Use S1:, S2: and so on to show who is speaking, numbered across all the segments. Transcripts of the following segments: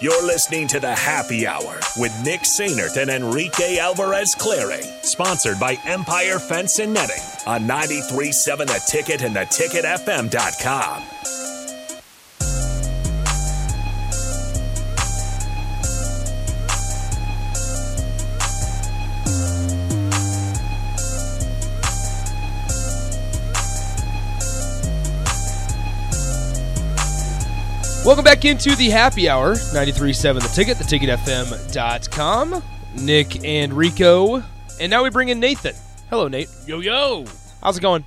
S1: You're listening to the Happy Hour with Nick Sainert and Enrique Alvarez Clary, sponsored by Empire Fence and Netting on 937 The Ticket and theticketfm.com.
S2: Welcome back into the happy hour. 93.7 The Ticket, theticketfm.com. Nick and Rico. And now we bring in Nathan. Hello, Nate.
S3: Yo, yo.
S2: How's it going?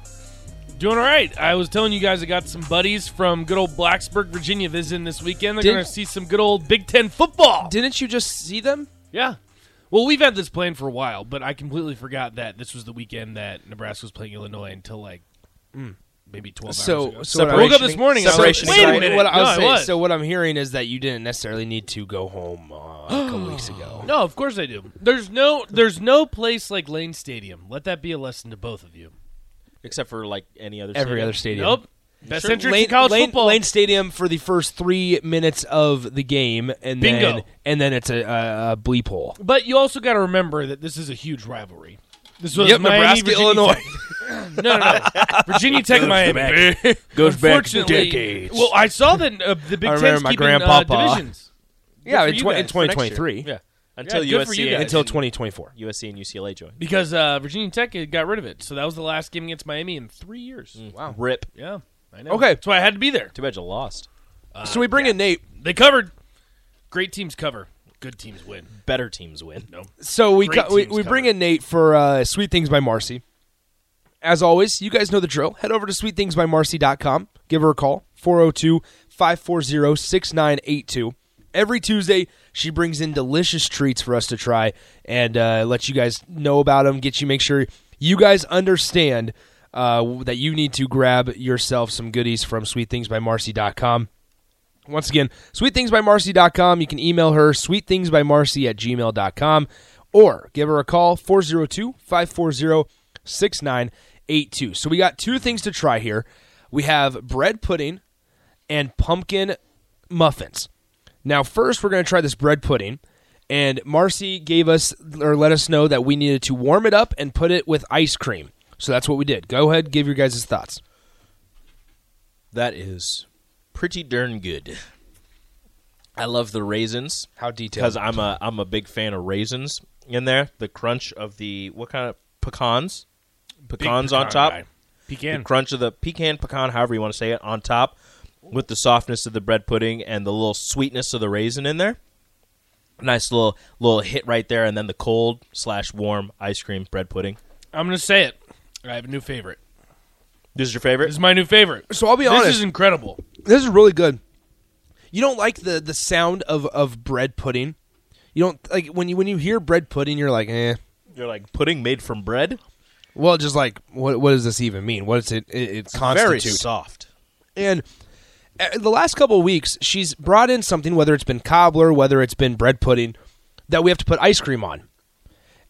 S3: Doing all right. I was telling you guys I got some buddies from good old Blacksburg, Virginia visiting this weekend. They're
S2: Did-
S3: going to see some good old Big Ten football.
S2: Didn't you just see them?
S3: yeah. Well, we've had this plan for a while, but I completely forgot that this was the weekend that Nebraska was playing Illinois until like mm, maybe 12
S2: So-
S3: hours ago.
S2: so what
S3: I woke up
S2: I-
S3: this morning.
S2: Separation
S3: I was like,
S2: anxiety.
S3: Wait a minute.
S2: What I
S3: no,
S2: was
S3: I
S2: saying-
S3: was.
S2: So what I'm hearing is that you didn't necessarily need to go home uh, a couple weeks ago.
S3: no, of course I do. There's no, there's no place like Lane Stadium. Let that be a lesson to both of you.
S4: except for like any other
S2: Every
S4: stadium.
S2: other stadium.
S3: Nope. Best
S2: Sure.
S3: entrance
S2: Lane,
S3: to college
S2: Lane-
S3: football.
S2: Lane Stadium for the first three minutes of the game, and
S3: Bingo.
S2: then and then it's a, a, a bleep hole.
S3: But you also got to remember that this is a huge rivalry. This was
S2: Yep,
S3: Miami,
S2: Nebraska,
S3: Virginia
S2: Illinois.
S3: Tech. no, no, no. Virginia Tech, Miami.
S2: Goes
S3: Unfortunately, Well, I saw that uh, the Big
S2: I
S3: Ten's
S2: remember my
S3: keeping uh,
S2: grandpapa.
S3: divisions.
S2: yeah,
S3: for
S2: in,
S3: you
S2: twen- in
S3: guys for next
S2: 2023
S4: Yeah. Until
S3: good for
S4: USC
S3: you guys.
S4: and-
S2: until 2024.
S4: USC and UCLA join.
S3: Because uh, Virginia Tech had got rid of it, so that was the last game against Miami in three years.
S4: Wow. Rip.
S3: Yeah, I know.
S2: Mm, Okay.
S3: that's why I had to be there.
S4: Too bad you lost.
S3: Uh,
S2: so we bring in Nate.
S3: They covered. Great teams cover. Good teams win.
S4: Better teams win.
S3: No,
S2: So we
S3: Great
S2: co- we,
S3: teams
S2: we bring
S3: covered.
S2: in Nate for uh, Sweet Things by Marcy. As always, you guys know the drill. Head over to sweetthingsbymarcy.com. Give her a call 402-540-6982. Every Tuesday, she brings in delicious treats for us to try and uh, let you guys know about them. Get you make sure you guys understand uh, that you need to grab yourself some goodies from sweetthingsbymarcy.com. Once again, sweetthingsbymarcy.com. You can email her, sweetthingsbymarcy at gmail.com, or give her a call, 402 540 6982. So we got two things to try here. We have bread pudding and pumpkin muffins. Now, first, we're going to try this bread pudding. And Marcy gave us or let us know that we needed to warm it up and put it with ice cream. So that's what we did. Go ahead, give your guys' thoughts.
S4: That is pretty darn good. I love the raisins
S2: How detailed?
S4: because I'm a I'm a big fan of raisins in there. The crunch of the what kind of pecans?
S3: Big
S4: Pecans on
S3: pecan
S4: top.
S3: guy.
S4: The
S3: Pecan.
S4: crunch of the pecan, pecan, however you want to say it, on top with the softness of the bread pudding and the little sweetness of the raisin in there. Nice little little hit right there, and then the cold slash warm ice cream bread pudding.
S3: I'm gonna say it. I have a new favorite.
S4: This is your favorite?
S3: This is my new favorite.
S2: So I'll be
S3: this
S2: honest.
S3: is incredible.
S2: This is really good. You don't like the the sound of of bread pudding. You don't like when you when you hear bread pudding, you're like, eh.
S4: You're like pudding made from bread.
S2: Well, just like what what does this even mean? What does it it, it constitute?
S4: Very soft.
S2: And uh, the last couple of weeks, she's brought in something, whether it's been cobbler, whether it's been bread pudding, that we have to put ice cream on.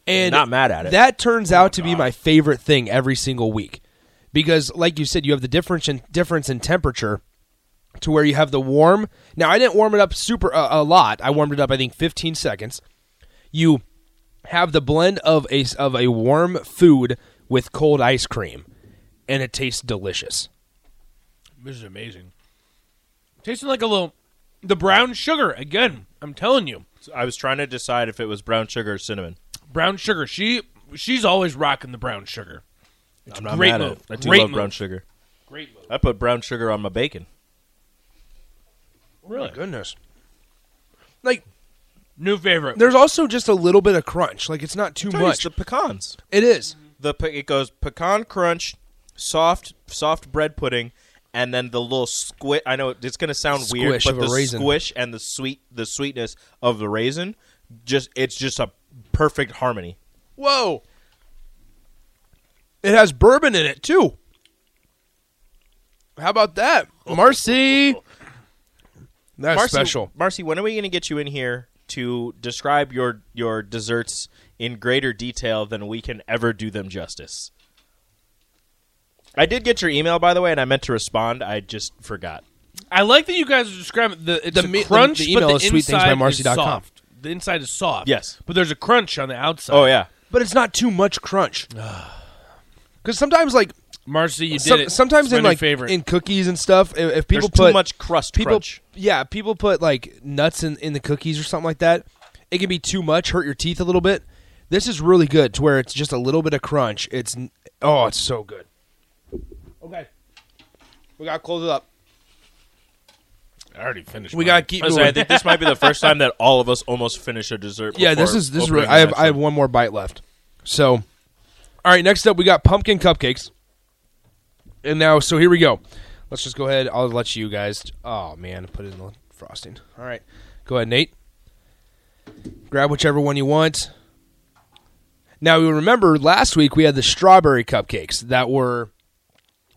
S2: And
S4: Not mad at it. Oh
S2: That turns out to be my favorite thing every single week, because, like you said, you have the difference in difference in temperature to where you have the warm. Now, I didn't warm it up super uh, a lot. I warmed it up, I think, 15 seconds. You have the blend of a s- of a warm food with cold ice cream, and it tastes delicious.
S3: This is amazing. Tasting like a little the brown sugar again. I'm telling you,
S4: I was trying to decide if it was brown sugar or cinnamon.
S3: brown sugar. She she's always rocking the brown sugar. It's
S4: I'm not
S3: great
S4: mad at
S3: move.
S4: it. I do
S3: great
S4: love
S3: move.
S4: brown sugar.
S3: Great move.
S4: I put brown sugar on my bacon.
S3: Really
S2: goodness. Like
S3: new favorite.
S2: there's also just a little bit of crunch. Like it's not too
S4: Tell you, it's
S2: much.
S4: the pecans.
S2: it is.
S4: The pe- it goes pecan crunch, soft soft bread pudding, and then the little squish. I know it's gonna sound weird,
S2: Squish
S4: but
S2: of a
S4: the
S2: raisin.
S4: squish and the sweet the sweetness of the raisin, just it's just a perfect harmony.
S2: Whoa. It has bourbon in it too. How about that, Marcy? That's
S4: Marcy,
S2: special.
S4: Marcy, when are we going to get you in here to describe your your desserts in greater detail than we can ever do them justice? I did get your email by the way, and I meant to respond. I just forgot.
S3: I like that you guys are describing the it's
S2: The
S3: a
S2: me- the-
S3: crunch,
S2: the email
S3: but
S2: is
S3: the inside is
S2: sweetthingsbymarcy.com.
S3: soft. The inside is soft.
S4: Yes.
S3: but there's a crunch on the outside.
S4: Oh yeah.
S2: but it's not too much crunch. Because sometimes, like
S3: Marcy, you did
S2: some-
S3: it.
S2: sometimes
S3: It's my
S2: in
S3: new
S2: like
S3: favorite.
S2: in cookies and stuff, if, if people
S4: There's too
S2: put
S4: much crust
S2: people,
S4: crunch.
S2: yeah, people put like nuts in in the cookies or something like that. It can be too much, hurt your teeth a little bit. This is really good to where it's just a little bit of crunch. It's n- oh, it's so good.
S3: okay,
S2: We gotta close it up.
S3: I already finished.
S2: We
S3: mine.
S2: gotta keep.
S4: I, was
S2: Moving.
S4: like, I think this might be the first time that all of us almost finish a dessert.
S2: yeah, this
S4: before
S2: is this is.
S4: opening
S2: Really,
S4: the
S2: I have
S4: next
S2: I have
S4: one.
S2: one more bite left. So, all right, next up we got pumpkin cupcakes. And now, so here we go. Let's just go ahead. I'll let you guys. Oh man, put it in the frosting. All right, go ahead, Nate. Grab whichever one you want. Now you remember last week we had the strawberry cupcakes that were